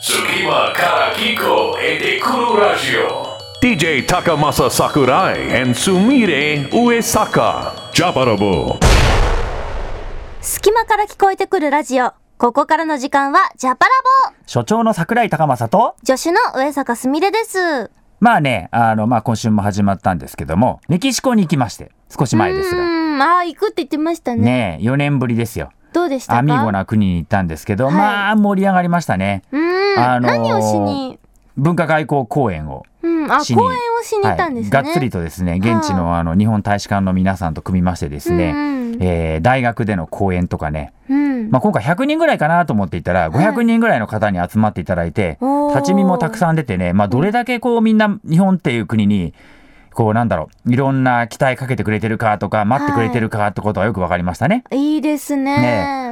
Tsukima Karakiko e Dekuru Radio. DJ Takamasa Sakurai and Sumire Uesaka. Japarobo. 隙間から聞こえてくるラジオ。ここからの時間は、ジャパラボ所長の桜井高政と、助手の上坂すみれです。まあね、あの、まあ今週も始まったんですけども、メキシコに行きまして、少し前ですうが。ーん、ああ、行くって言ってましたね。ねえ、4年ぶりですよ。どうでしたかアミゴな国に行ったんですけど、はいまあ盛り上がりましたね。うーん、あのー何をしに、文化外交公演を。うん、あ、しに公演をしに行ったんですね。はい、がっつりとですね、現地のあの日本大使館の皆さんと組みましてですうね、んうんえー大学での講演とかね、うんまあ、今回100人ぐらいかなと思っていたら500人ぐらいの方に集まっていただいて、おー立ち見もたくさん出てね、まあ、どれだけこうみんな日本っていう国にこうなんだろういろんな期待かけてくれてるかとか待ってくれてるかってことはよく分かりましたね。いいですね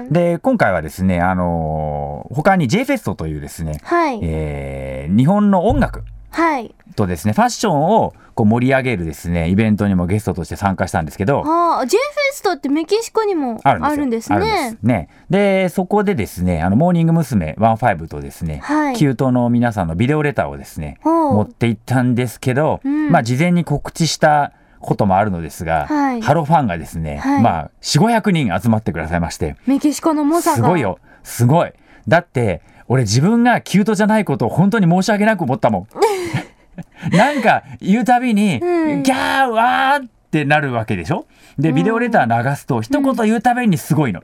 ねで今回はですね、あのー他に J フェストというですね、はい、えー日本の音楽はい。とですねファッションをこう盛り上げるですねイベントにもゲストとして参加したんですけど。ああ、J フェストってメキシコにもあるんですよあるんですね。あるんですねでそこでですねあのモーニング娘。15とですね、はいキュートの皆さんのビデオレターをですねおう持って行ったんですけど、うんまあ事前に告知したこともあるのですが、はいハロファンがですね、はいまあ4500人集まってくださいましてメキシコの猛者が。すごい。よすごいだって俺自分がキュートじゃないことを本当に申し訳なく思ったも んなんか言うたびに、うんギャーわーってなるわけでしょでビデオレター流すと一言言うたびにすごいの、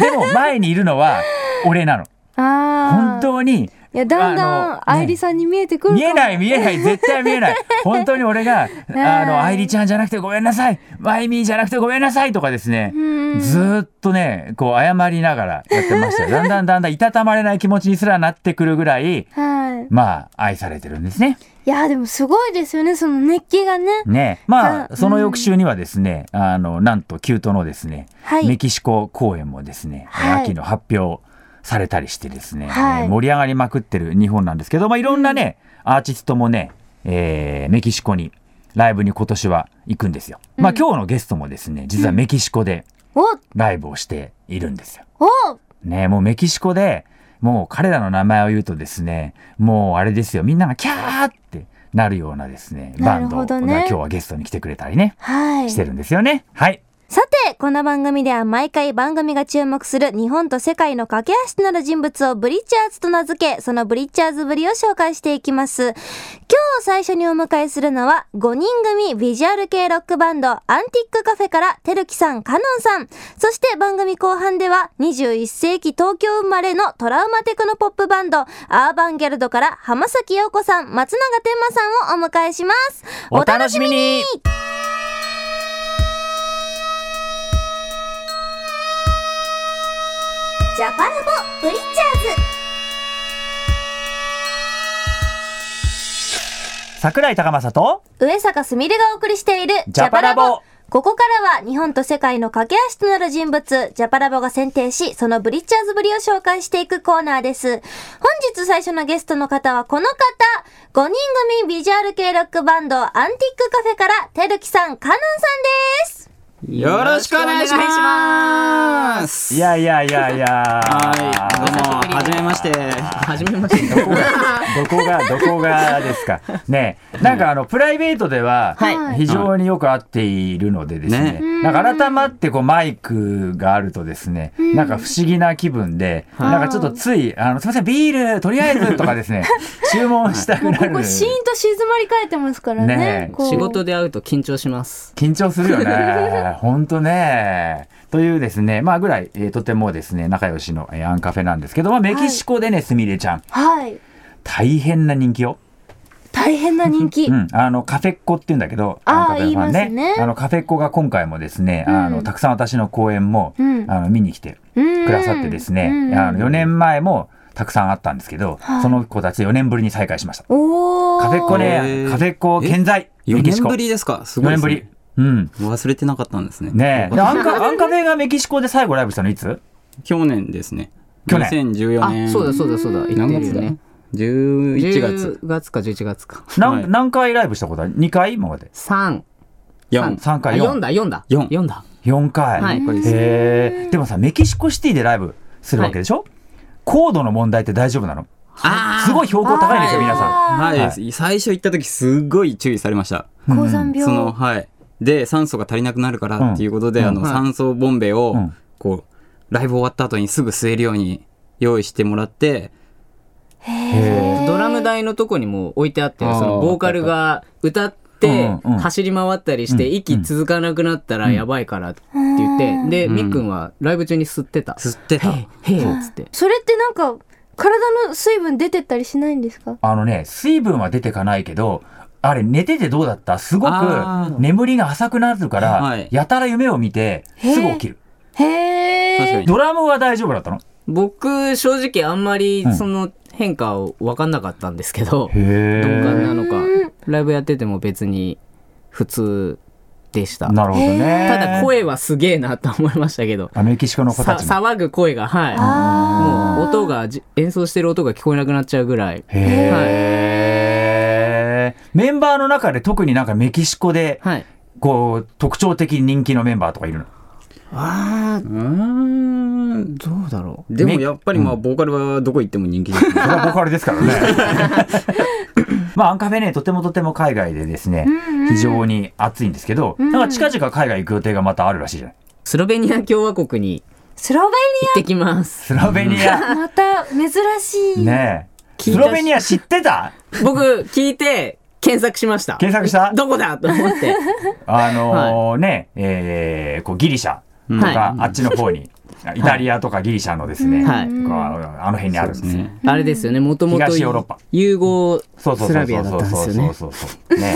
でも前にいるのは俺なの ああ。本当にいや、だんだあのん、愛理さんに見えてくるかも。見えない見えない絶対見えない本当に 俺が「あの愛梨ちゃんじゃなくてごめんなさいマイミーじゃなくてごめんなさい」とかですねうんずーっとねこう謝りながらやってましたよだんだんだんだんいたたまれない気持ちにすらなってくるぐらいはい。まあ愛されてるんですね。いやーでもすごいですよねその熱気がねねうまんあその翌週にはですねあのなんとキュートのですね、はいメキシコ公演もですね、はい秋の発表されたりしてですね、はいえー盛り上がりまくってる日本なんですけど、まあ、いろんなね、アーティストもね、えーメキシコにライブに今年は行くんですよ。まあ、今日のゲストもですね実はメキシコでおライブをしているんですよ。おねもうメキシコでもう彼らの名前を言うとですねもうあれですよみんながキャーってなるようなですねなバるンドほどがね今日はゲストに来てくれたりねはいしてるんですよね。はいさてこの番組では毎回番組が注目する日本と世界の架け橋となる人物をブリッチャーズと名付けそのブリッチャーズぶりを紹介していきます今日最初にお迎えするのは5人組ビジュアル系ロックバンドアンティックカフェからてるきさんかのんさんそして番組後半では21世紀東京生まれのトラウマテクノポップバンドアーバンギャルドから浜崎陽子さん松永天馬さんをお迎えしますお楽しみにジャパラボブリッチャーズ桜井高政と上坂すみれがお送りしているジジャャパパララボボここからは日本と世界の架け橋となる人物、ジャパラボが選定し、そのブリッチャーズぶりを紹介していくコーナーです。本日最初のゲストの方はこの方、5人組ビジュアル系ロックバンドアンティックカフェから、てるきさん、かのんさんです。よろしくお願いします。いやいやいやいやはい、どうも、はじめまして。はじめまして。どこがどこがどこがですかねなんかあのプライベートでははい非常によく会っているのでですね、ねなんか改まってこうマイクがあるとですね、なんか不思議な気分で、なんかちょっとつい「あのすみませんビールとりあえず」とかで すね注文したくなるーンと静まり返ってますからねねえ 仕事で会うと緊張します。緊張するよね。ほんとね。というですね、まあぐらい、えーとてもですね、仲良しの、えーアンカフェなんですけど、まあメキシコでね、すみれちゃん、はい。大変な人気よ。大変な人気。うん、あのカフェっ子って言うんだけど、あーアンカフェファン言いますねあのカフェっ子が今回もですね、あうんのたくさん私の公演も、うんあの見に来てくくださってですね、あの4年前もたくさんあったんですけど、はいその子たち4年ぶりに再会しました。おー。カフェっ子へね、ーカフェっ子健在。 4メキシ年コぶりですかす4ごいで年すぶね、り。うん。忘れてなかったんですね。ねえ。でアンカ、アンカフェがメキシコで最後ライブしたのいつ去年ですね。去年2014年。あ、そうだそうだそうだ。言っ何てるよ月だね。 ?11 月。 10月か11月か。何、はい何回ライブしたことある ?2 回今まで。 3。 4。 3あ回4 4。だ、4だ。四4だ。 4回。はいへえ。でもさ、メキシコシティでライブするわけでしょ、コードの問題って大丈夫なのあーすごい標高高いんですよ、皆さん。はい、は最初行った時すごい注意されました。高山病。そのはいで酸素が足りなくなるかうんらっていうことで、あの酸素ボンベをうんこうライブ終わった後にすぐ吸えるように用意してもらって、ドラム台のとこにも置いてあってあーそのボーカルが歌ってうんうん走り回ったりしてうん息続かなくなったらやばいからって言ってでうんみっくんはライブ中に吸ってた「吸ってた。へえ」っつってそれってなんか体の水分出てったりしないんですかあのね、水分は出てかないけど、あれ寝ててどうだったすごあくー眠りが浅くなるから、はいやたら夢を見て、すぐ起きる。へ確かえ。に。ドラムは大丈夫だったの僕正直あんまりうんその変化を分かんなかったんですけど鈍感へなのかうんライブやってても別に普通でしたなるほどね。ただ。声はすげえなと思いましたけどあメキシコの子さたちも。騒ぐ声がはいあもう音がじ演奏してる音が聞こえなくなっちゃうぐらいへーメンバーの中で特になんかメキシコで、はいこう、特徴的に人気のメンバーとかいるのあーうーんどうだろうでもやっぱりまあボーカルはどこ行っても人気です ね。それはボーカルですからね。まあ、アンカフェね、とてもとても海外でですね、非常に熱いんですけど、なんか近々海外行く予定がまたあるらしいじゃない。スロベニア共和国にスロベ行ってきますスロベニニアア。また珍しい。ねえ。聞いスたしロベニア知ってた僕聞いて検索しました検索したどこだと思ってあのーね、えーこうギリシャとか、あっちの方に、イタリアとかギリシャのですね、はいこうあの辺にあるんですね。あれですよねもともと東ヨーロッパ融合そうそうスそラうビそアうそだっうたんですそうよそねうそうね。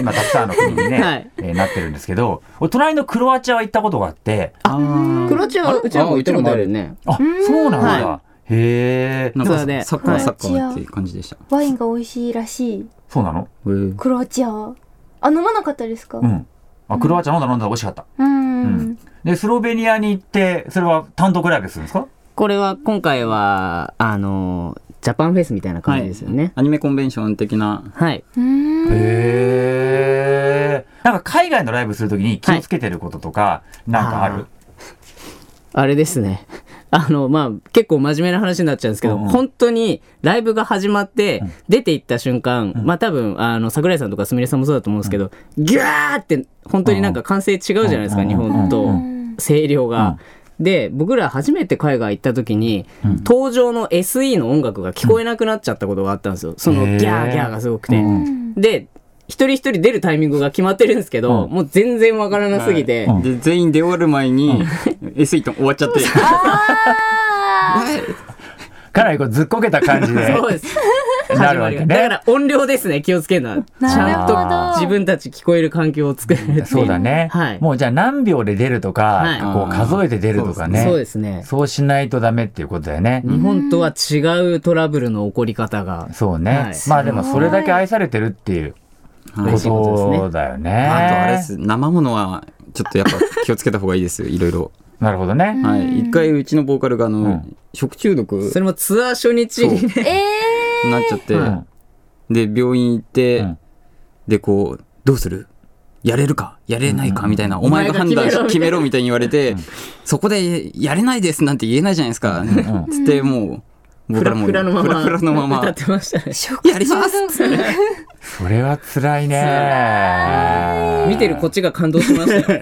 今たくさんの国にね、 はいえーなってるんですけど、俺隣のクロアチアは行ったことがあって、クロアチアはうちらも行ったことあるよねあ、そうなんだ。はへえ。なんそうだねかサッカーはいサッカーっていう感じでした。ワインが美味しいらしい。そうなの？へークロアチアは。あ、飲まなかったですかうん。あ、クロアチア飲んだ飲んだ美味しかった。うん。うんで、スロベニアに行って、それは単独ライブするんですか？これは今回はあのジャパンフェスみたいな感じですよねアニメコンベンション的な。はい、うんへえ。なんか海外のライブするときに気をつけてることとか、なんかある？あれですね あのまあ結構真面目な話になっちゃうんですけど、うんうん本当にライブが始まって出て行った瞬間、まあ多分あの桜井さんとかすみれさんもそうだと思うんですけど、ギャーって本当になんか歓声違うじゃないですか、うん日本と声量が。で僕ら初めて海外行った時に、登場の SE の音楽が聞こえなくなっちゃったことがあったんですよそのへギーャーギャーがすごくて。うんで一人一人出るタイミングが決まってるんですけど、うんもう全然わからなすぎて、うんで全員出終わる前に S イート終わっちゃって。かなりこうずっこけた感じで。 そうですな始るまわりけが。ねだから音量ですね、気をつけな。ちゃんなるほどと自分たち聞こえる環境を作れるっていう。そうだね、はい。もうじゃあ何秒で出るとか、はいこう数えて出るとかね。そうですね。そうしないとダメっていうことだよね。日本とは違うトラブルの起こり方が。そうね、はいまあでもそれだけ愛されてるっていうはいこ嬉しいことですねとだよね。あとあれです生ものはちょっとやっぱ気をつけた方がいいですよいろいろ。なるほどね。はい、一回うちのボーカルがあの、うん食中毒それもツアー初日にね。えになっちゃって、うんで病院行って、うんでこうどうするやれるかやれないかみたいな、お前がお前判が断し決決めろみたいに言われて、そこでやれないですなんて言えないじゃないですか、んつってもうフボーカラルもフラのまま。フラフラのまま歌ってましたね。やります それは辛いね。見てるこっちが感動しましたよ。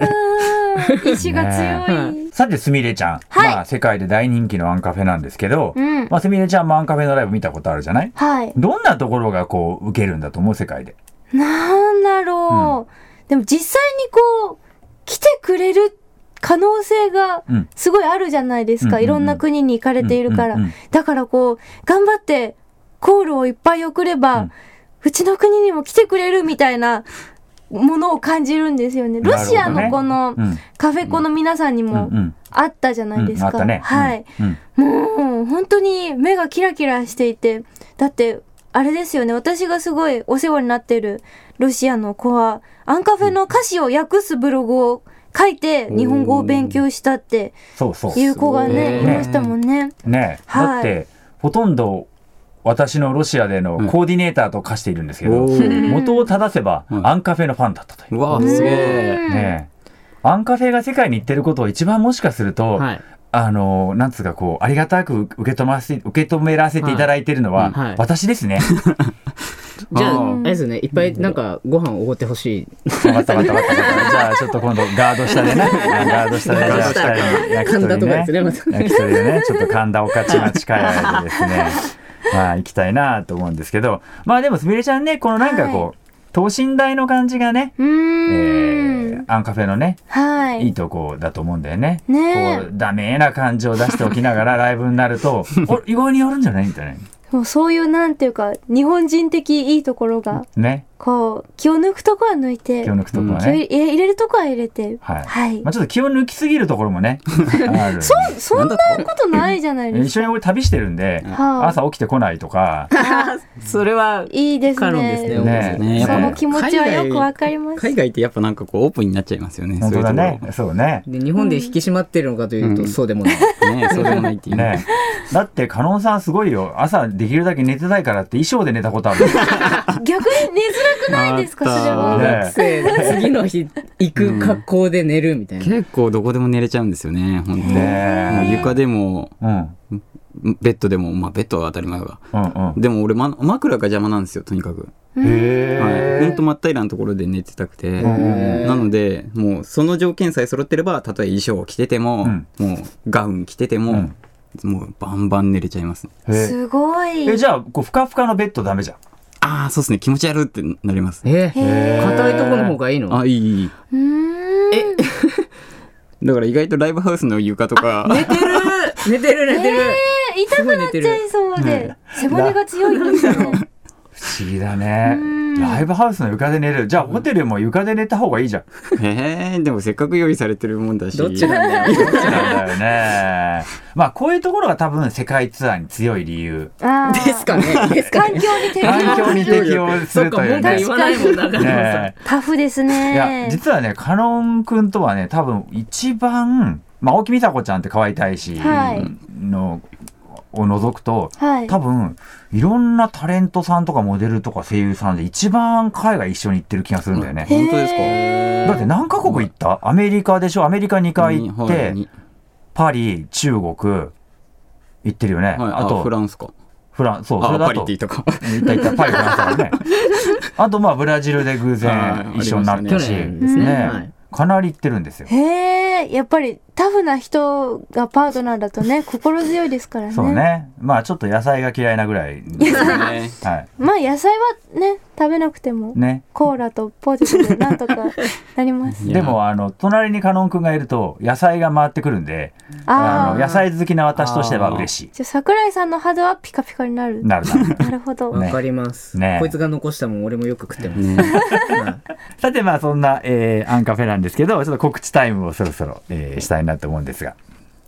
ー、意志が強い。さて、すみれちゃん、まあ、世界で大人気のアンカフェなんですけど、うんまあ、すみれちゃんもアンカフェのライブ見たことあるじゃないはい。どんなところがこう、受けるんだと思う世界で。なんだろう。でも実際にこう、来てくれる可能性がうんすごいあるじゃないですうんうんうか。んいろんな国に行かれているからうんうんうん。だからこう、頑張ってコールをいっぱい送れうんば、うちの国にも来てくれるみたいなものを感じるんですよね。ロシアのこのうんカフェコの皆さんにうんもうんあったじゃないですうんあか。ったね。はい。うんうんもう本当に目がキラキラしていてだってあれですよね私がすごいお世話になってるロシアの子はアンカフェの歌詞を訳すブログを書いて日本語を勉強したってそうそう。いう子がねいすごいねましたもんね。ねえ、はいだってほとんど私のロシアでのコーディネーターと化しているんですけど、おー元を正せばうんアンカフェのファンだったという、うわすげえねえアンカフェが世界に行ってることを一番もしかすると、 はい。あのなんつうかこうありがたく受け止ませ受け止めらせていただいてるのは、はいはい私ですね。じゃああ、ーあれですよね、いっぱいなんかご飯おごってほしい。わかったわかったわかった。じゃあちょっと今度ガード下で ね。ガード下でガード下で焼き神田と鳥かねです。ね、また。焼き鳥でね、ちょっと神田御徒町かやでですね。まあ行きたいなと思うんですけど、まあでもすみれちゃんね、このなんかこう、は等身大の感じがね、うえーーん。アンカフェのね、はいいい。とこだと思うんだよね。ねえこうダメな感情を出しておきながらライブになる と、お意外にやるんじゃないみたいもうそういうなんていうか、日本人的いいところが、な。ね。こう、気を抜くとこは抜いて、気を抜くとこは気をね。入れ入れるとこは入れて。はいはいま。あちょっと気を抜きすぎるところ もね。あるそ、そんなことないじゃないで一すか。緒に俺旅してるんで、はい朝起きてこないとか、 それは、いいですカロンですね。ね。ねねやっそぱのね気持ちはよくわかります海。外ってやっぱなんかこうオープンになっちゃいますよね。本当だねそういうとこ。そうね。で日本で引き締まってるのかというと、うんそうでもない。ろねそうでもないっていう。ね。だって、カノンさんすごいよ。朝できるだけ寝てたいからって衣装で寝たこ とある。逆に寝づらくないですか、そあったれは。ね学生で次の日行く格好で寝るみたいな。結構どこでも寝れちゃうんですよね。本当。もうね床でもうん。うんベッドでもまあベッドは当たり前だうん。でも俺、ま、枕が邪魔なんですよとにかく。へはい。ー本当真っ平らなところで寝てたくて。うんなのでもうその条件さえ揃ってればたとえ衣装を着てても、うんもうガウン着てても、もうバンバン寝れちゃいます、ね、へーすごい。え、じゃあ、こう、ふかふかのベッドダメじゃん。ああそうですね気持ち悪ってなりますえーへー硬いとこの方がいいのあいいいいうーん。だから意外とライブハウスの床とか寝てる寝てる寝てる、え痛くなっちゃいそうで、背骨が強いんですね。不思議だね。ライブハウスの床で寝れる。じゃあ、ホテルも床で寝た方がいいじゃん。えー、でもせっかく用意されてるもんだしどっちなんだよそうなんだよね。まあ、こういうところが多分世界ツアーに強い理由。あーです かねですか環境に適環境に適応すそっるかとい文う句ね言。わないもんな中野さんねタフですいやね。実はねカノン君とはね多分一番、まあ、青木美佐子ちゃんって可愛い大使はいの、を除くとはい。多分いろんなタレントさんとかモデルとか声優さんで一番海外一緒に行ってる気がするんだよね。本当ですかへだって何カ国行ったアメリカでしょアメリカ2回行っはていパリ中国行ってるよね、はいああとフランスかフランそうそあれだパリっとて言ったか行った行ったパリフランスだ からねあとまあブラジルで偶然一緒になったしはいありましたね去年ですねはいかなり行ってるんですよへえ、やっぱりタフな人がパートナーだと ね、心強いですからね。そうね。まあちょっと野菜が嫌いなぐらい。ねはまあ野菜はね、食べなくてもい。、ね。コーラとポテトでなんとかなります。いやでもあの隣にカノンくんがいると野菜が回ってくるんで、あああ。の野菜好きな私としては嬉しじゃあ桜井さんの肌はピカピカになる。い。なるなる。なるほど。ねわかります、ねこいつが残したもん俺もよく食ってます、ね さてまあそんな、えーアンカフェなんですけど、ちょっと告知タイムをそろそろ、えーしたいなと思うんですが。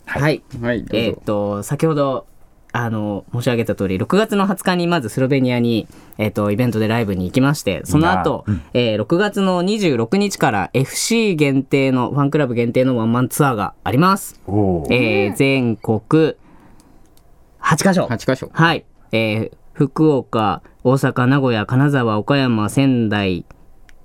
はいはいどうえーぞっと先ほどあの申し上げた通り6月の20日にまずスロベニアに、えーっとイベントでライブに行きましてその後、えー6月の26日から FC 限定のファンクラブ限定のワンマンツアーがあります、おおー。えー全国8カ所8箇所はい、えー福岡大阪名古屋金沢岡山仙台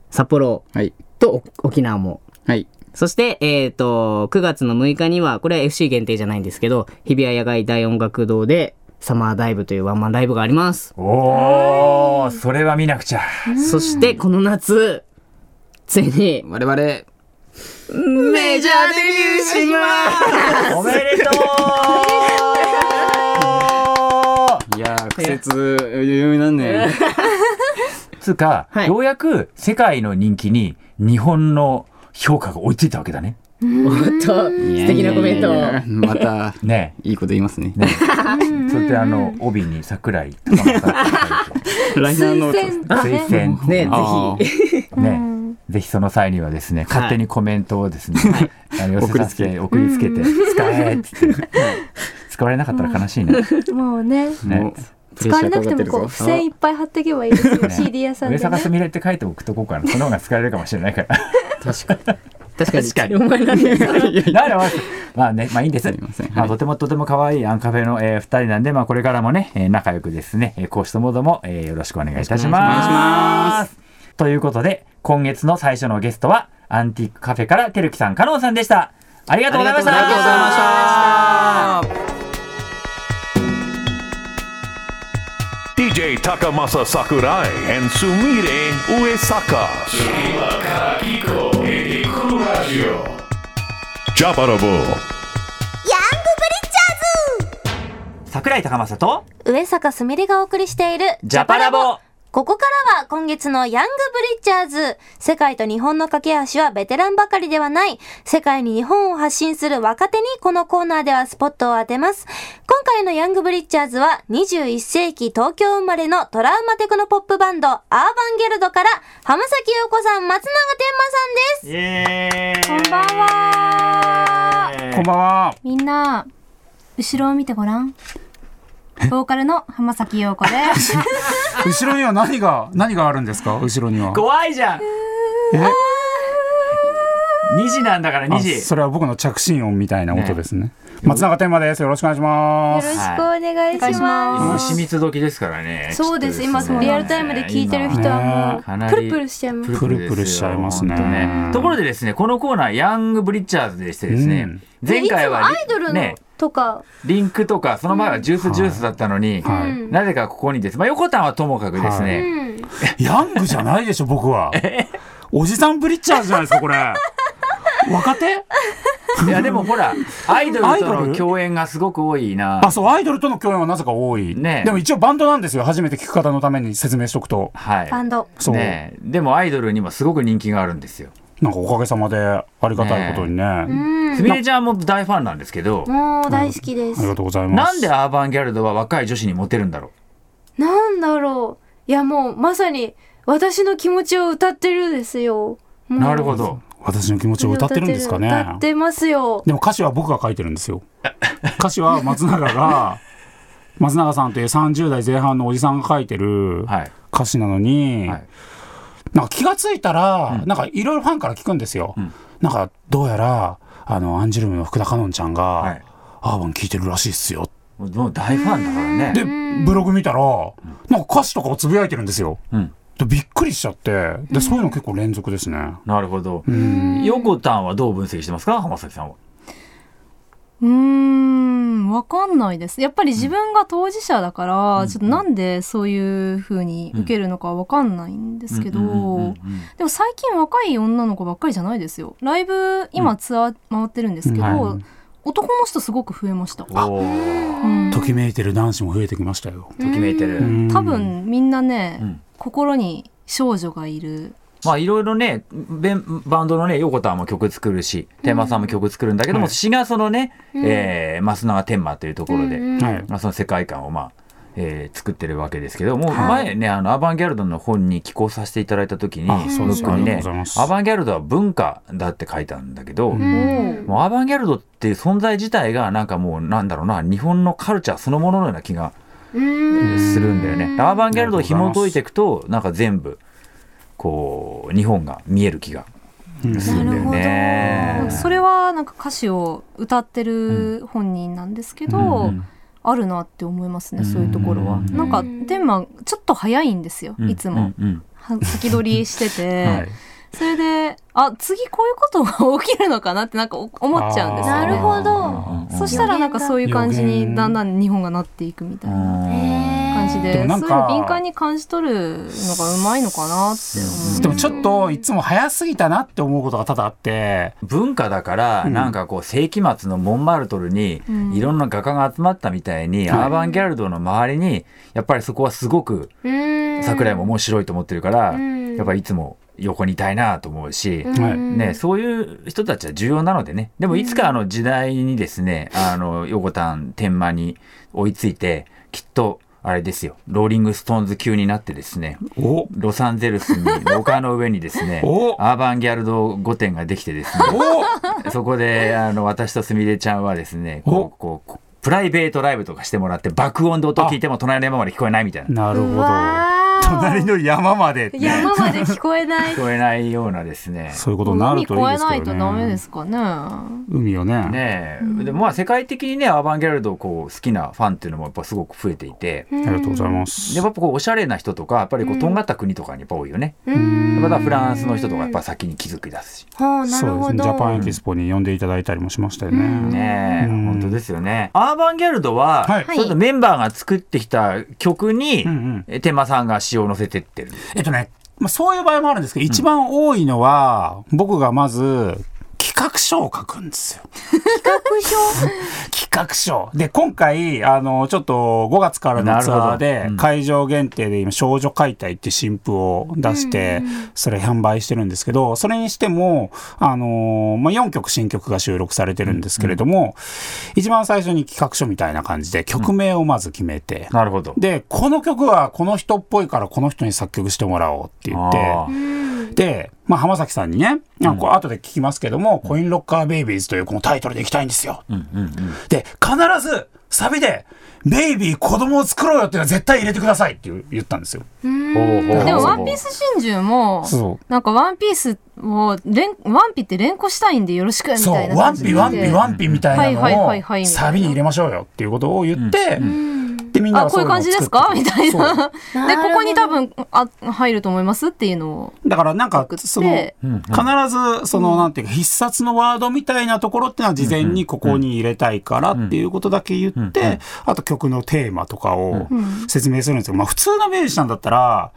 札幌はいとお沖縄もはいそして、えっ、と、9月の6日には、これは FC 限定じゃないんですけど、日比谷野外大音楽堂で、サマーダイブというワンマンライブがあります。おお。それは見なくちゃ。そして、この夏、ついに、我々メメジャーデビューしますおめでとう。いやー苦節余裕なんねつうか、はいようやく世界の人気に日本の評価が追いついたわけだね。お っと、素敵なコメントいを。やいやいやまたねいいこと言いま すねえ。それであの帯に桜井とかもさライナーノー推薦推薦ねぜあーひ。ねぜひその際にはですね勝手にコメントをですね、あの寄せさせて送りつけて使えっつって、使われなかったら悲しいね。もうね。ねもうプ使レッわシャれーなかくてかっもてるこぞう付箋いっぱい貼っていけばいいですよ、CD 屋さん上で、坂ねす。 みれって書いて送っとこうかな。その方が使われるかもしれないから。確かに。お前なんでなるほど。まあね、まあいいんです。すいませんはまあいとてもとても可愛いアンカフェの、えー、2人なんで、まあこれからもね、えー仲良くですね、えー、講師ともども、えーよろしくお願いいたします。ということで、今月の最初のゲストは、アンティークカフェからてるきさん、かのんさんでした。ありがとうございましたありがとうございました。 DJ Takamasa Sakurai and Sumire Uesaka. Prima cara Kiko e de Kuru Radio. Jabarabo. 桜井高政と上坂すみれがお送りしているジャパラボここからは今月のヤングブリッジャーズ。世界と日本の架け橋はベテランばかりではない。世界に日本を発信する若手にこのコーナーではスポットを当てます。今回のヤングブリッジャーズは21世紀東京生まれのトラウマテクノポップバンドアーバンゲルドから浜崎陽子さん、松永天馬さんです。イエこんばんはこんばんは。みんな、後ろを見てごら ん。ボーカルの浜崎陽子です。後ろには何が、何があるんですか後ろには。怖いじゃんえ2時なんだから2あ時それは僕の着信音みたいな音ですね。松永天馬です。よろしくお願いします。よろしくお願いしはまいす。秘密時ですからね。そうです、今そうなんですねリリアアルルタタイイムムでで聞聞いいててるる人人ははももううかなりプルプルしちゃいます。プルプルですよプルプルしちゃいますね本当ところででですねこのコーナーヤングブリッチャーズでしてですね、うん前回はアイドルの、ねとか、リンクとかその前はジュースジュースだったのに、はうい。んなぜかここにですまあ横田はともかくですうね、ん。ヤングじゃないでしょ、僕は。おじさんブリッチャーズじゃないですか、これ。若 手い、やでもほらアイドアルイとドのル共演がすごく多いなあ、そう、アイドルとの共演はなぜか多い。ねえでも一応バンドなんですよ。初めて聞く方のために説明しとくと。はバンいド。そう。ねでもアイドルにもすごく人気があるんですよなんかおかげさまでありがたいことにね。うん。すみれちゃんも大ファンなんですけど、もう大好きでありす。がとうございまなす。んでアーバンギャルドは若い女子にモテるんだろうなんだろう。いやもうまさに私の気持ちを歌ってるですよ。もうなるほど。私の気持ちを歌ってるんですかね歌ってますよ。でも歌詞は僕が書いてるんですよ歌詞は松永が松永さんという30代前半のおじさんが書いてるはい。歌詞なのに、はいなんか気がついたら、なんかいろいろファンから聞くんですよ、なんかどうやらあのアンジュルムの福田香音ちゃんが、はいアーバン聴いてるらしいっすよもうもう大ファンだからね。でブログ見たらなんか歌詞とかをつぶやいてるんですよ、うんでびっくりしちゃってでそういうの結構連続ですね、なるほど。横田はどう分析してますか浜崎さんは。うーん、わかんないです。やっぱり自分が当事者だから、ちょっとなんでそういう風に受けるのかわかんないんですけど、でも最近若い女の子ばっかりじゃないですよ。ライブ、今ツアー回ってるんですけど、うんは男の人すごく増えました。おおー、うんときめいてる男子も増えてきましたよ、ときめいてる。うん多分みんなね、うん心に少女がいる。まあいろいろね、ベンバンドのね、横田も曲作るし、天馬さんも曲作るんだけども、はい詩がそのね、えー、増永天馬というところで、はいまあ、その世界観をまあ、えー作ってるわけですけどもう前ね、あのアバンギャルドの本に寄稿させていただいた時にあそうです僕にありがねとうございますアバンギャルドは文化だって書いたんだけど、うん。もうアーバンギャルドっていう存在自体がなんかもうなんだろうな日本のカルチャーそのもののような気がするんだよね。アーバンギャルドを紐解いていくとなんか全部こう日本が見える気がするんだよね。それはなんか歌詞を歌ってる本人なんですけど、うんあるなって思いますね、そういうところは。うんなんかテーマちょっと早いんですよ、いつも。うんうんは先取りして て、はいそれであ次こういうことが起きるのかなってなんかお思っちゃうんですよねなるほど。うんそしたらなんかそういう感じ予に言だんだん日本がなっていくみたいな感じででもなんそかういうの敏感に感じ取るのがうまいのかなって思うでもちょっといつも早すぎたなって思うことが多々あって文化だから、なんかこう世紀末のモンマルトルにいろんな画家が集まったみたいに、アーバンギャルドの周りにやっぱりそこはすごくうん。桜井も面白いと思ってるから、んやっぱりいつも横にいたいなと思うし、はいね、そういう人たちは重要なのでねでもいつかあの時代にですね、あの横田天満に追いついてきっとあれですよローリング・ストーンズ級になってですねおロサンゼルスに丘の上にです ねおアーバンギャルド御殿ができてですね そこであの私とすみれちゃんはですねこうこうこうプライベートライブとかしてもらって爆音で音を聞いても隣の山まで聞こえないみたいな。なるほどわー隣の山まで聞山まで聞こえない。こえないようなですね。 そういうことになる海と越いいでえすけどなね。いとダメですかね。海をね。ねえでもまあ世界的にねアバンギャルドをこう好きなファンっていうのもやっぱすごく増えていてありがとうございます。でやっぱこうおしゃれな人とかやっぱりこうとんがった国とかにやっぱ多いよね、うんまたフランスの人とかやっぱ先に気づき出すしはあ、なそるうでほすね。ジャパンエど。キスポに呼んでいただいたりもしましたよね。ねえうん本当ですよねアーバンギャルドは、はいはいちょっとメンバーが作ってきた曲に、うんうんえ天満さんが詩を載せてってるえっとね、まあ、そういう場合もあるんですけど、一番多いのは、僕がまず、企画書を書くんですよ。 企画書企画書。で、今回、あの、ちょっと5月からのツアーなるでほどう、ん会場限定で今、少女解体っていう新譜を出して、それ販売してるんですけど、それにしても、あの、まあ、4曲新曲が収録されてるんですけれども、一番最初に企画書みたいな感じで、曲名をまず決めて、なるほどで、この曲はこの人っぽいからこの人に作曲してもらおうって言あって、で、まあ、浜崎さんにね、なんかこう後で聞きますけども、コインロッカーベイビーズというこのタイトルでいきたいんですよ。で、必ずサビで、ベイビー子供を作ろうよっていうのは絶対入れてくださいって言言ったんですよ。ーでもワンピース真珠もそ、なんかワンピースを連、ワンピって連呼したいんでよろしくみそうたい、なワ感ンじピで。ワンピワンピみたいなはいはいのはいはいをみたいなサビに入れましょうよっていうことを言って、で、みんなあ、がこういう感じですかみたいそうな。で、ここに多分、あ、入ると思いますっていうのを。だからなんか作ってその必ずそのなんていうか必殺のワードみたいなところっていうのは事前にここに入れたいからっていうことだけ言ってあと曲のテーマとかを説明するんですけどまあ普通のミュージシャンだったら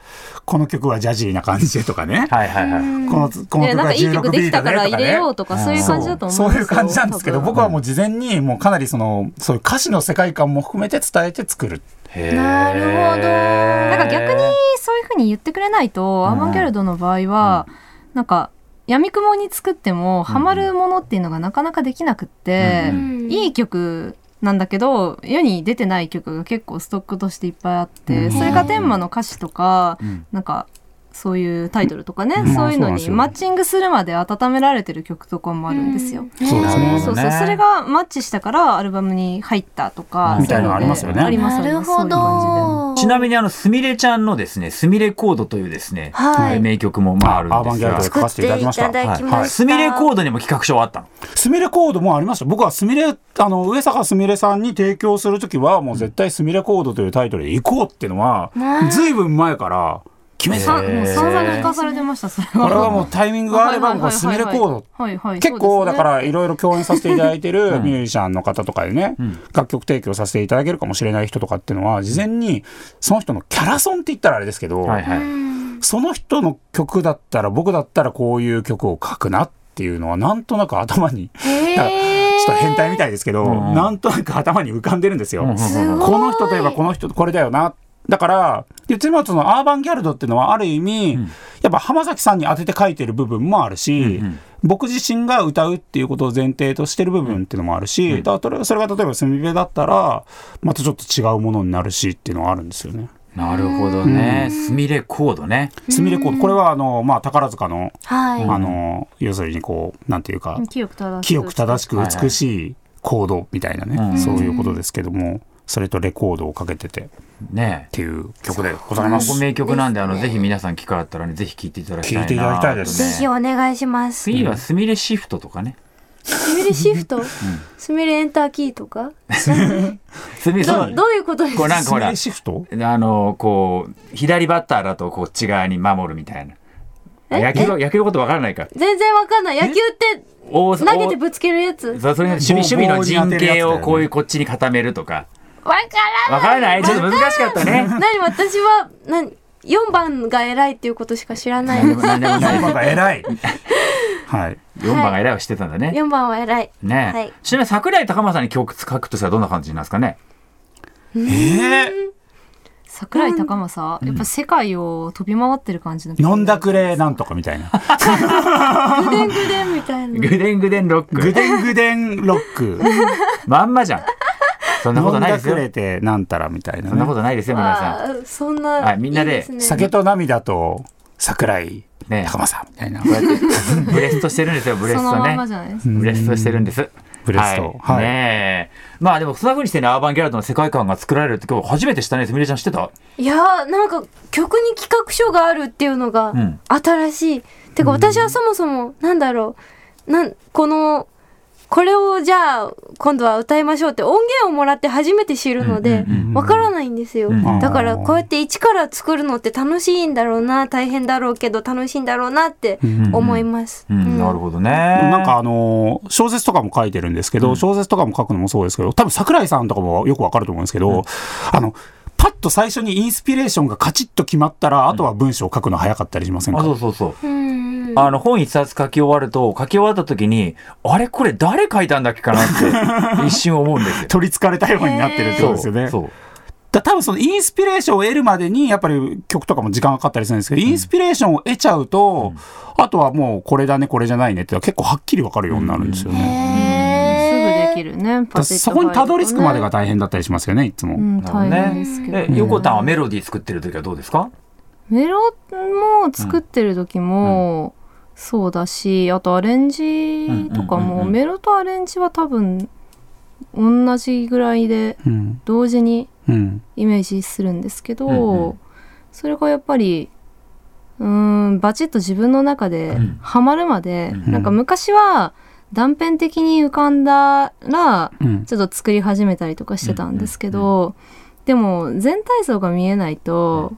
この曲はジャジーな感じでとかねはいはいはいこのこの曲いや、なんはかいい曲16でビーきトたでかとらか入れねようとか、そういう感じだと思そううんいですよ。う感じなんですけど多分僕はもう事前にもうかなりそのそういう歌詞の世界観も含めて伝えて作るなるほど。なんか逆にそういうふうに言ってくれないと、アーマンギャルドの場合は、なんか、闇雲に作ってもハマるものっていうのがなかなかできなくって、んいい曲なんだけど世に出てない曲が結構ストックとしていっぱいあって、それがテーマの歌詞とか、なんかそういうタイトルとかね、そういうのにマッチングするまで温められてる曲とかもあるんですよ。そうですねそうそう、それがマッチしたからアルバムに入ったとか、みたいなのありますよねそういうのであなりるますあほりますそういう感じで。ど。ちなみにあのすみれちゃんのですねすみれコードというですね、はい名曲もまああるアーんバンですギャルがドで書かせていただきまし作たっていただきましたはいすみれコードにも企画書はあったのスミレコードもありました。僕はスミレ、あの、上坂すみれさんに提供するときは、もう絶対スミレコードというタイトルで行こうっていうのは、ずいぶん前から決めてさた。んもう散々聞かされてました、それは。これはもうタイミングがあれば、もうスミレコード。はいはい結構、だか、らいろいろ共演させていただいて るんミュージシャンの方とかでね、楽曲提供させていただけるかもしれない人とかっていうのは、事前にその人のキャラソンって言ったらあれですけど、はいはいその人の曲だったら、僕だったらこういう曲を書くなっていうのは、なんとなく頭に、だからちょっと変態みたいですけど、うんなんとなく頭に浮かんでるんですよ。うんうんうんこの人といえばこの人、これだよな。だから、言ってみればそのアーバンギャルドっていうのはある意味、やっぱ浜崎さんに当てて書いてる部分もあるし、僕自身が歌うっていうことを前提としてる部分っていうのもあるし、だからそれそれが例えばスミベだったら、またちょっと違うものになるしっていうのはあるんですよね。なるほどね。すみれコードね。スミレコード、これはあの、まあ宝塚の、はい。あの、要するにこう、なんていうか、記憶正しく。清く正しく美しいコードみたいなね、そういうことですけども、それとレコードをかけててっねえ。ていう曲でございこますこ。名曲なんで、あの、ぜひ皆さん機会あったらね、ぜひ聴いていただきたいな。聴いていただきたいですぜひねお願いします。次はすみれシフトとかね。スミレシフト、スミレエンターキーとか、すみれ、そどうどういうことですこうかなんかほらスミレ、シフトあの、こう、左バッターだと、こっち側に守るみたいな。あ野球の、野球のことわからないか。全然わかんない。野球って投投げてぶつけるやつ。そうそれが守備、棒守に備当のて陣るやつだ形よをねこういうこっちに固めるとか。わからない。わからないちょっと難しかったね。何私は何四番が偉いっていうことしか知らないです。何でもない4番が偉い。 はい。 4番が偉いをしてたんだね。四番は偉い。ねえ、はいちなみに桜井高政に曲書くとしたらどんな感じになるんですかねえ桜井高政、やっぱ世界を飛び回ってる感じの。ー、飲んだくれなんとかみたいな。グデングデンみたいな。ぐでんぐでんロックぐでんぐでんロック。まんまじゃん。そんなこ飲とんないだですくよ。れてなんたらみたいなそんなね、ことないですよ、皆さあーそんはな。いみんなでいいすね酒と涙と桜井ん。ね 高間さんみたいな。こうやってブレストしてるんですよ、ブレそスのトまんねま。じゃないですか。ブレストしてるんです。ブレスト。はい。はい。ねえ。まあでも、そんな風にしてね、アーバンギャルドの世界観が作られるって今日初めて知ったね。すみれちゃん知ってたいやーなんか曲に企画書があるっていうのがん新しい、てか私はそもそもなんだろうなんこのこれをじゃあ今度は歌いましょうって音源をもらって初めて知るのでわからないんですよ、んだからこうやって一から作るのって楽しいんだろうな大変だろうけど楽しいんだろうなって思います、うん、なるほどね。ななんか、あのー小説とかも書いてるんですけど、小説とかも書くのもそうですけど多分桜井さんとかもよくわかると思うんですけど、あのパッと最初にインスピレーションがカチッと決まったら、あとは文章を書くの早かったりしませんあ、か、。そうそうそうう。んうんあの、本一冊書き終わると、書き終わった時に、あれこれ誰書いたんだっけかなって、一瞬思うんですよ 取りつかれたようになってるってことですよね。そう。だ多分そのインスピレーションを得るまでにやっぱり曲とかも時間がかかったりするんですけど、インスピレーションを得ちゃうと、あとはもうこれだねこれじゃないねって結構はっきり分かるようになるんですよね。だすぐへできるねからそこにたどり着くまでが大大変だったりしますよねいつも。うん、大変ですけど、え、横田はメロディー作ってる時はどうですかメロも作ってる時もそうだし、あとアレンジとかうんうんうんもうんメロとアレンジは多分同じぐらいでうん同時にうんイメージするんですけど、うんうんそれがやっぱりうーんバチッと自分の中でんハマるまで、んなんか昔は断片的に浮かんだらうんちょっと作り始めたりとかしてたんですけど、でも全体像が見えないと、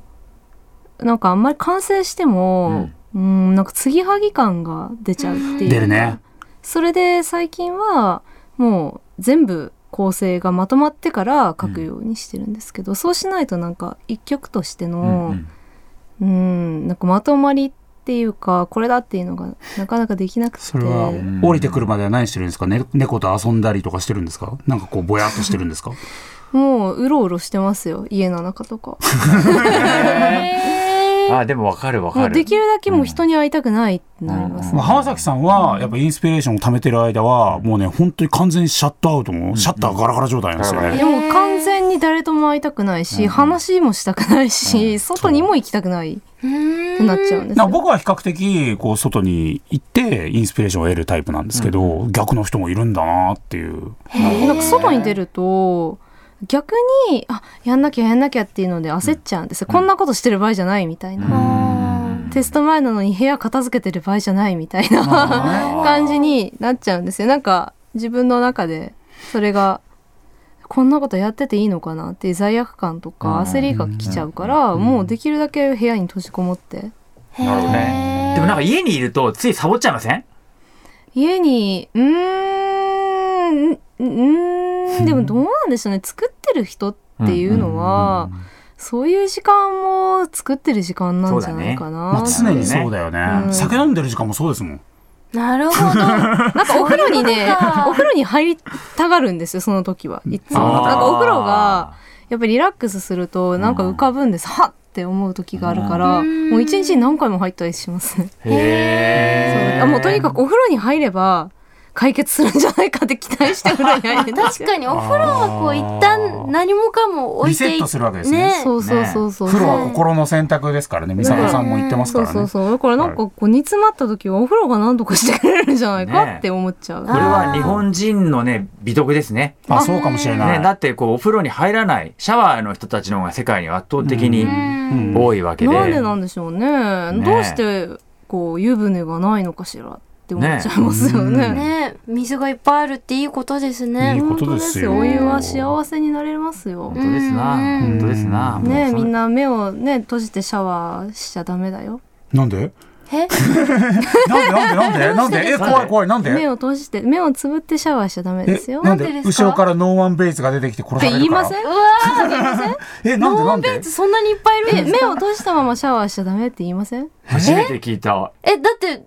なんかあんまり完成しても、うん、なんか継ぎはぎ感が出ちゃうっていう出るね。それで最近はもう全部構成がまとまってから書くようにしてるんですけど、そうしないとなんか一曲としての、うんなんかまとまりっていうかこれだっていうのがなかなかできなくてそれは降りてくるまでは何してるんですか、ね、猫と遊んだりとかしてるんですかなんかこうぼやっとしてるんですかもううろうろしてますよ家の中とか。あ、でもわかるわもかうでる。きるだけもう人に会いたくないってなりますね、 まあ浜崎さんはやっぱインスピレーションを貯めてる間はもうね本当に完全にシャットアウトもシャッターガラガラ状態なんですよね。でも完全に誰とも会いたくないし、話もしたくないし、外にも行きたくないってなっちゃうんですなんかよ僕は比較的こう外に行ってインスピレーションを得るタイプなんですけど、逆の人もいるんだなっていうなんか外に出ると逆にあやんなきゃやんなきゃっていうので焦っちゃうんですよ、こんなことしてる場合じゃないみたいな、テスト前なのに部屋片付けてる場合じゃないみたいな 感じになっちゃうんですよなんか自分の中でそれがこんなことやってていいのかなっていう罪悪感とか焦りが来ちゃうから、もうできるだけ部屋に閉じこもってなるほどね。でもなんか家にいると、ついサボっちゃいません家にうーんうーんでもどうなんでしょうね作ってる人っていうのはそういう時間も作ってる時間なんじゃないかな、まあ、常にそうだよね、うん酒飲んでる時間もそうですもんーなるほどなんかお風呂にそねういうことかお風呂に入りたがるんですよその時はいつもあーなんかお風呂がやっぱりリラックスするとなんか浮かぶんですはっって思う時があるからもう一日に何回も入ったりしますねへそうあもうとにかくお風呂に入れば解決するんじゃないかって期待してお風呂に入れてます確かにお風呂はこう一旦何もかも置いていリセットするわけですねそうそうそうそう。風呂は心の選択ですからね美里さんも言ってますかそうらそうねそう。だからなんかこう煮詰まった時はお風呂が何とかしてくれるんじゃないかって思っちゃう。これは日本人のね、美徳ですね。あそうかもしれない、ね、だってこうお風呂に入らないシャワーの人たちの方が世界には圧倒的にうん多いわけで。なんでなんでしょうね。ねどうしてこう湯船がないのかしらって思っちゃいますよね。ね水がいっぱいあるっていいことですねいいこ本と当でですすよよ。お湯は幸せになれますよ本。当ですな、うん本当ですな。もうねそれみんな目をね閉じてシャワーしちゃダメだよ。なんでえなんでなんでなんでなんでえ怖い怖いなん目でを閉じて目をつぶってシャワーしちゃダメですえよ。なっんなんででですか後ろからノーワンベースが出てきて殺さてれるから言いませんうわー言いませんえなんでノなーんベでンツそんなにいっぱいいるんえです目かを閉じたままシャワーしちゃダメって言いません初めて聞いた。えだって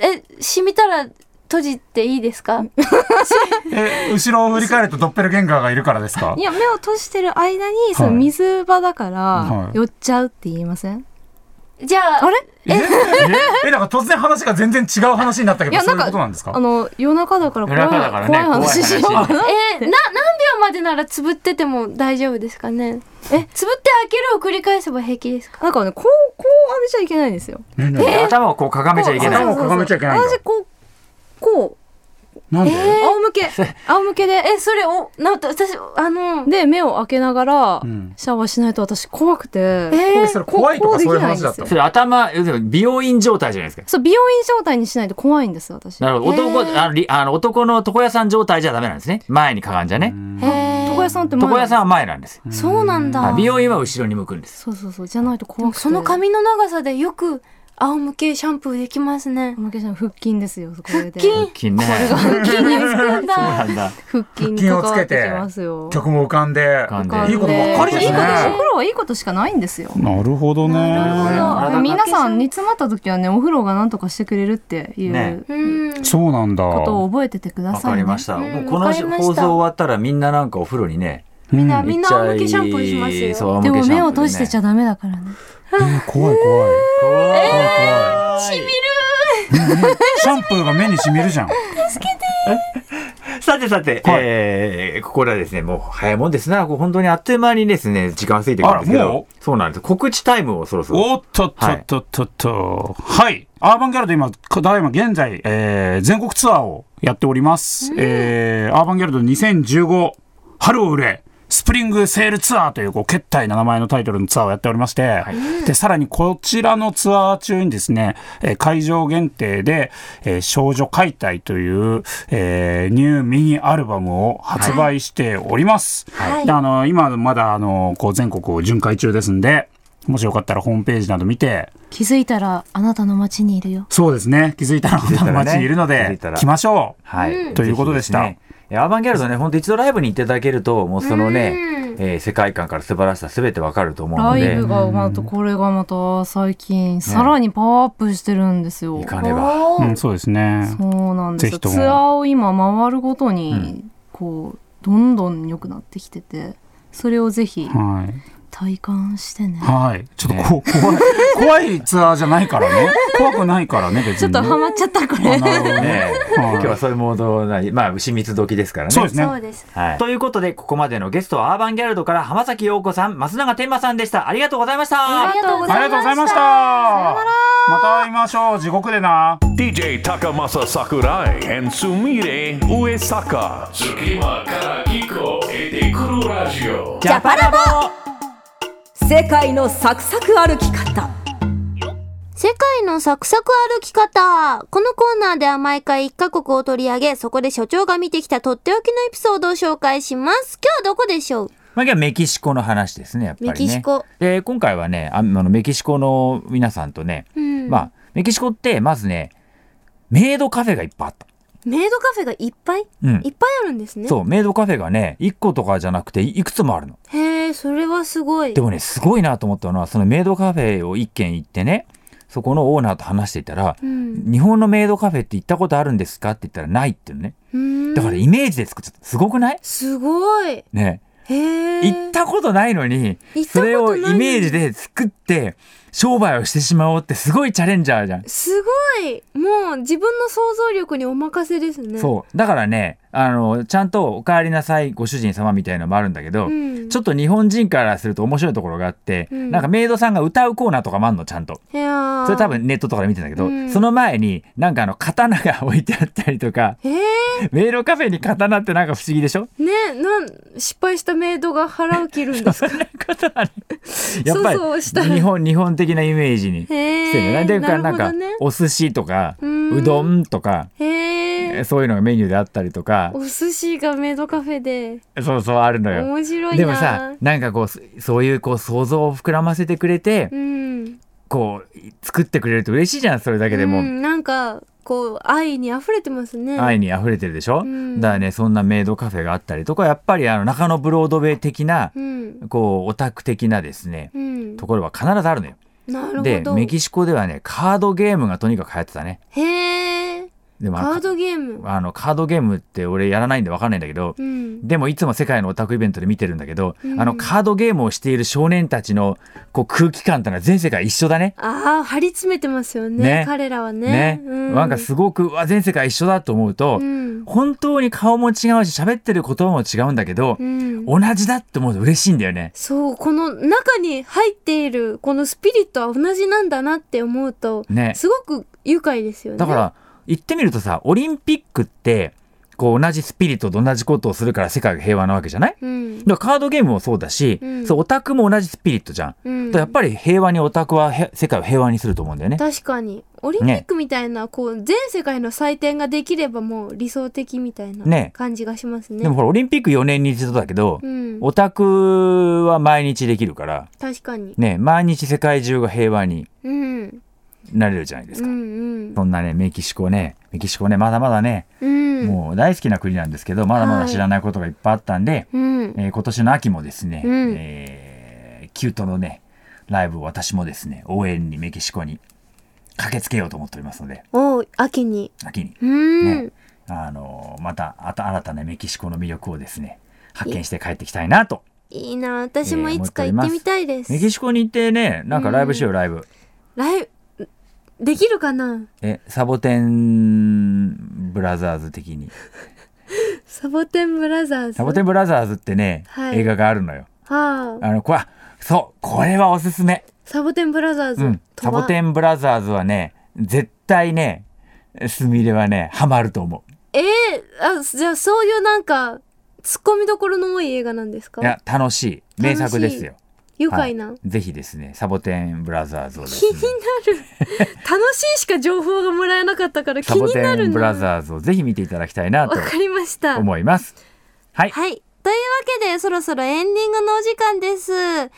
え染みたら閉じていいですかえ後ろを振り返るとドッペルゲンガーがいるからですかいや目を閉じてる間にそのはい水場だから、はい寄っちゃうって言いません、じゃああれえなんか突然話が全然違う話になったけいどやそなうんいうかことなんですかあの夜中だから怖い夜中だからね怖い話し怖い話ようかなえな何秒までならつぶってても大丈夫ですかねえつぶって開けるを繰り返せば平気ですかなんかねこうこう浴びちゃいけないんですよ頭をこうかがめちゃいけない。頭をかがめちゃいけないんだ私こうこうなんで、仰向け仰向けでえそれおなんと私あので目を開けながらんシャワーしないと私怖くて、えーそれ怖いとかそういう話だったこのそれ頭要するに美容院状態じゃないですかそう美容院状態にしないと怖いんです私なるほど男、へーあのりあの男の床屋さん状態じゃダメなんですね前にかがんじゃねへ床屋さんって前床屋さんは前なんですよそうなんだ美容院は後ろに向くんですそうそうそうじゃないと怖くてその髪の長さでよく仰向けシャンプーできますね仰向けじゃない腹筋ですよこれで腹腹筋ね腹筋につくんだなんだ腹筋に関わってきますよ曲も浮かんでかんでいいことばっかりでいいすことおね風呂はいいことしかないんですよなるほどねなるほど皆さん煮詰まった時はねお風呂が何とかしてくれるっていう、ねうんそうなんだことを覚えててくだわさかいねりました、うんもうこわのかりました放送終わったらみんななんかお風呂にねみんな行みんっなちゃい仰向けシャンプーしますよそう仰で向けもシャンプー、ね、目を閉じてちゃダメだからね怖い怖い怖いしみるシャンプーが目にしみるじゃんさてさて、はいえーここらですね、もう早いもんですな、こう本当にあっという間にですね、時間過ぎてくるんですけあらもど、そうなんです。告知タイムをそろそろ。おっとっとっとっとっとはい、アーバンギャルド今ただいま現在、えー全国ツアーをやっております、えーアーバンギャルド2015春を売れスプリングセールツアーというこう決体な名前のタイトルのツアーをやっておりまして、でさらにこちらのツアー中にですね、えー会場限定で、えー少女解体という、えーニューミニアルバムを発売しております、はいであの今まだあのこう全国を巡回中ですんでもしよかったらホームページなど見て気づいたらあなたの街にいるよそうですね気づいたらづいたらね街にいるの気づいでたら来ましょうはい、ということでしたぜひすねいやアーバンギャルドね、本当一度ライブに行っていただけると、もうそのね、えー世界観から素晴らしさすべてわかると思うのライでブ、がまたこれがまた最近さらにパワーアップしてるんですよ、行かねば。うん、そうですねそうなんでぜすよひともツアーを今回るごとにこうどんどん良くなってきててそれをぜひはい、体感してねはい、ちょっとこ、怖い怖いツアーじゃないからね怖くないからね別ちょっにねとハマっちゃったこあれなるほどねね、はい今日はそういうモードなり、まあ、牛蜜時ですからね。そうですねそうですはい、ということで、ここまでのゲストはアーバンギャルドから浜崎陽子さん、松永天馬さんでした。ありがとうございました。ありがとうござあいりがとうございましたまた会いましょう地獄でな DJ Takamasa Sakurai and Sumire Uesaka. Tsukima Karagiko et des Kuro Radio. ジャパラボ世界のサクサク歩き方世界のサクサク歩き方このコーナーでは毎回1カ国を取り上げそこで所長が見てきたとっておきのエピソードを紹介します今日はどこでしょうまあ、今日はメキシコの話ですね、やっぱりね。メキシコで、今回はね、ああのメキシコの皆さんとね、うんまあ、メキシコって、まずね、メイドカフェがいっぱいあった。メイドカフェがいっぱい、うんいっぱいあるんですねそう、メイドカフェがね、1個とかじゃなくて、いいくつもあるの。へえそれはすごいでもね、すごいなと思ったのは、そのメイドカフェを1軒行ってね、そこのオーナーと話していたら、うん日本のメイドカフェって行ったことあるんですかって言ったらないっていうのね。うんだからイメージで作っちゃった。すごくないすごいね。へえ行ったことないのに、行っそたことないれをイメージで作って、商売をしてしまおうってすごいチャレンジャーじゃん。すごいもう自分の想像力にお任せですねう、そう。だからね、あの、ちゃんとお帰りなさいご主人様みたいのもあるんだけど、ん、ちょっと日本人からすると面白いところがあって、うんなんかメイドさんが歌うコーナーとかもあんの、ちゃんと。いやーそれ多分ネットとかで見てんだけど、うんその前になんかあの刀が置いてあったりとか、へえメイドカフェに刀ってなんか不思議でしょねなん失敗したメイドが腹を切る んですかこと はねやっぱりそうそうしたら日本日本的なイメージにしてへえねでななるんほかどねお寿司とかうーんうどんとかへえそういうのがメニューであったりとかお寿司がメイドカフェでそうそうあるのよ。面白いなでもさなんかこうそそういうこう想像を膨らませてくれてうんこう作ってくれると嬉しいじゃんそれだけでうもん、なんかこう愛に溢れてますね愛に溢れてるでしょうんだからねそんなメイドカフェがあったりとかやっぱりあの中野ブロードウェイ的なうんこうオタク的なですねうんところは必ずあるのよ。なるでほどメキシコではねカードゲームがとにかく流行ってたね。へえでもあのカードゲームあのカードゲームって俺やらないんでわかんないんだけど、うんでもいつも世界のオタクイベントで見てるんだけど、んあのカードゲームをしている少年たちのこう空気感ってのは全世界一緒だね。ああ張り詰めてますよねね彼らはねね、うん、なんかすごくうわ全世界一緒だと思うと、うん本当に顔も違うし喋ってる言葉も違うんだけど、うん同じだって思うと嬉しいんだよね。そうこの中に入っているこのスピリットは同じなんだなって思うと、ねすごく愉快ですよねだから言ってみるとさオリンピックってこう同じスピリットと同じことをするから世界が平和なわけじゃない、うんだからカードゲームもそうだし、うんそうオタクも同じスピリットじゃん、うんだからやっぱり平和にオタクはへ世界を平和にすると思うんだよね確かにオリンピックみたいな、こう全世界の祭典ができればもう理想的みたいなね感じがしますねでもほらオリンピック4年に一度だけど、うんオタクは毎日できるから確かに、ね毎日世界中が平和にうんなれるじゃないでうすか、んそんなねメキシコねメキシコねまだまだね、うんうんもう大好きな国なんですけどまだまだ知らないことがいっぱいあったんで、うんえー今年の秋もですね、うんえーキュートのねライブを私もですね応援にメキシコに駆けつけようと思っておりますのでおう秋に秋に、うん、ねあのーまたあた新たなメキシコの魅力をですね発見して帰ってきたいなといいな私もいつか行ってみたいです、メキシコに行ってねなんかライブしようよライブライブできるかなえサボテンブラザーズ的にサボテンブラザーズサボテンブラザーズってね、はい映画があるのよはああのこわそうこれはおすすめサボテンブラザーズ、うん、とサはボテンブラザーズはね絶対ねスミレはねハマると思えー、あじゃあそういうなんかツッコミどころの多い映画なんですうかいや楽しい名作ですよ愉快な、はいぜひですねサボテンブラザーズをで気すに ねなる楽しいしか情報がもらえなかったから気サボになテるンブなラわザーズをぜひ見ていただきたいなとかりましたはい思いますはいというわけでそろそろエンディングのお時間ですえ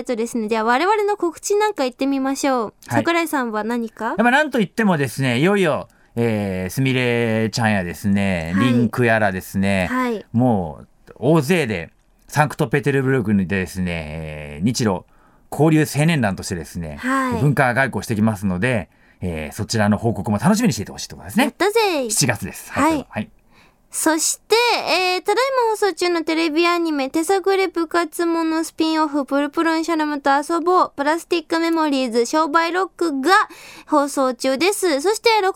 ー、とですねじゃあ我々の告知なんか言ってみましょう、はい桜井さんは何かやっぱなんといってもですねいよいよえー、スミレちゃんやですね、はいリンクやらですね、はいもう大勢でサンクトペテルブルクでですね、えー日露交流青年団としてですね、はい文化外交してきますので、えーそちらの報告も楽しみにしていてほしいところですやっね。たぜ7月です。はいはい。そして、えー、ただいま放送中のテレビアニメ、手探り部活ものスピンオフ、プルプルンシャラムと遊ぼう、プラスティックメモリーズ、商売ロックが放送中です。そして、6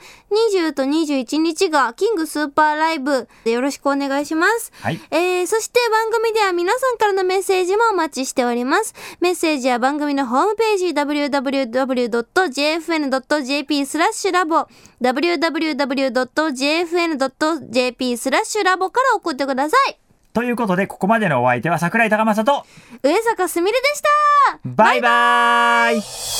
月20と21日が、キングスーパーライブでよろしくお願いします。はいえーそして番組では皆さんからのメッセージもお待ちしております。メッセージは番組のホームページ www.jfn.jp スラッシュラボ www.jfn.jp スラッシュラボから送ってください。ということで、ここまでのお相手は桜井高政と、上坂すみれでしたバイバイ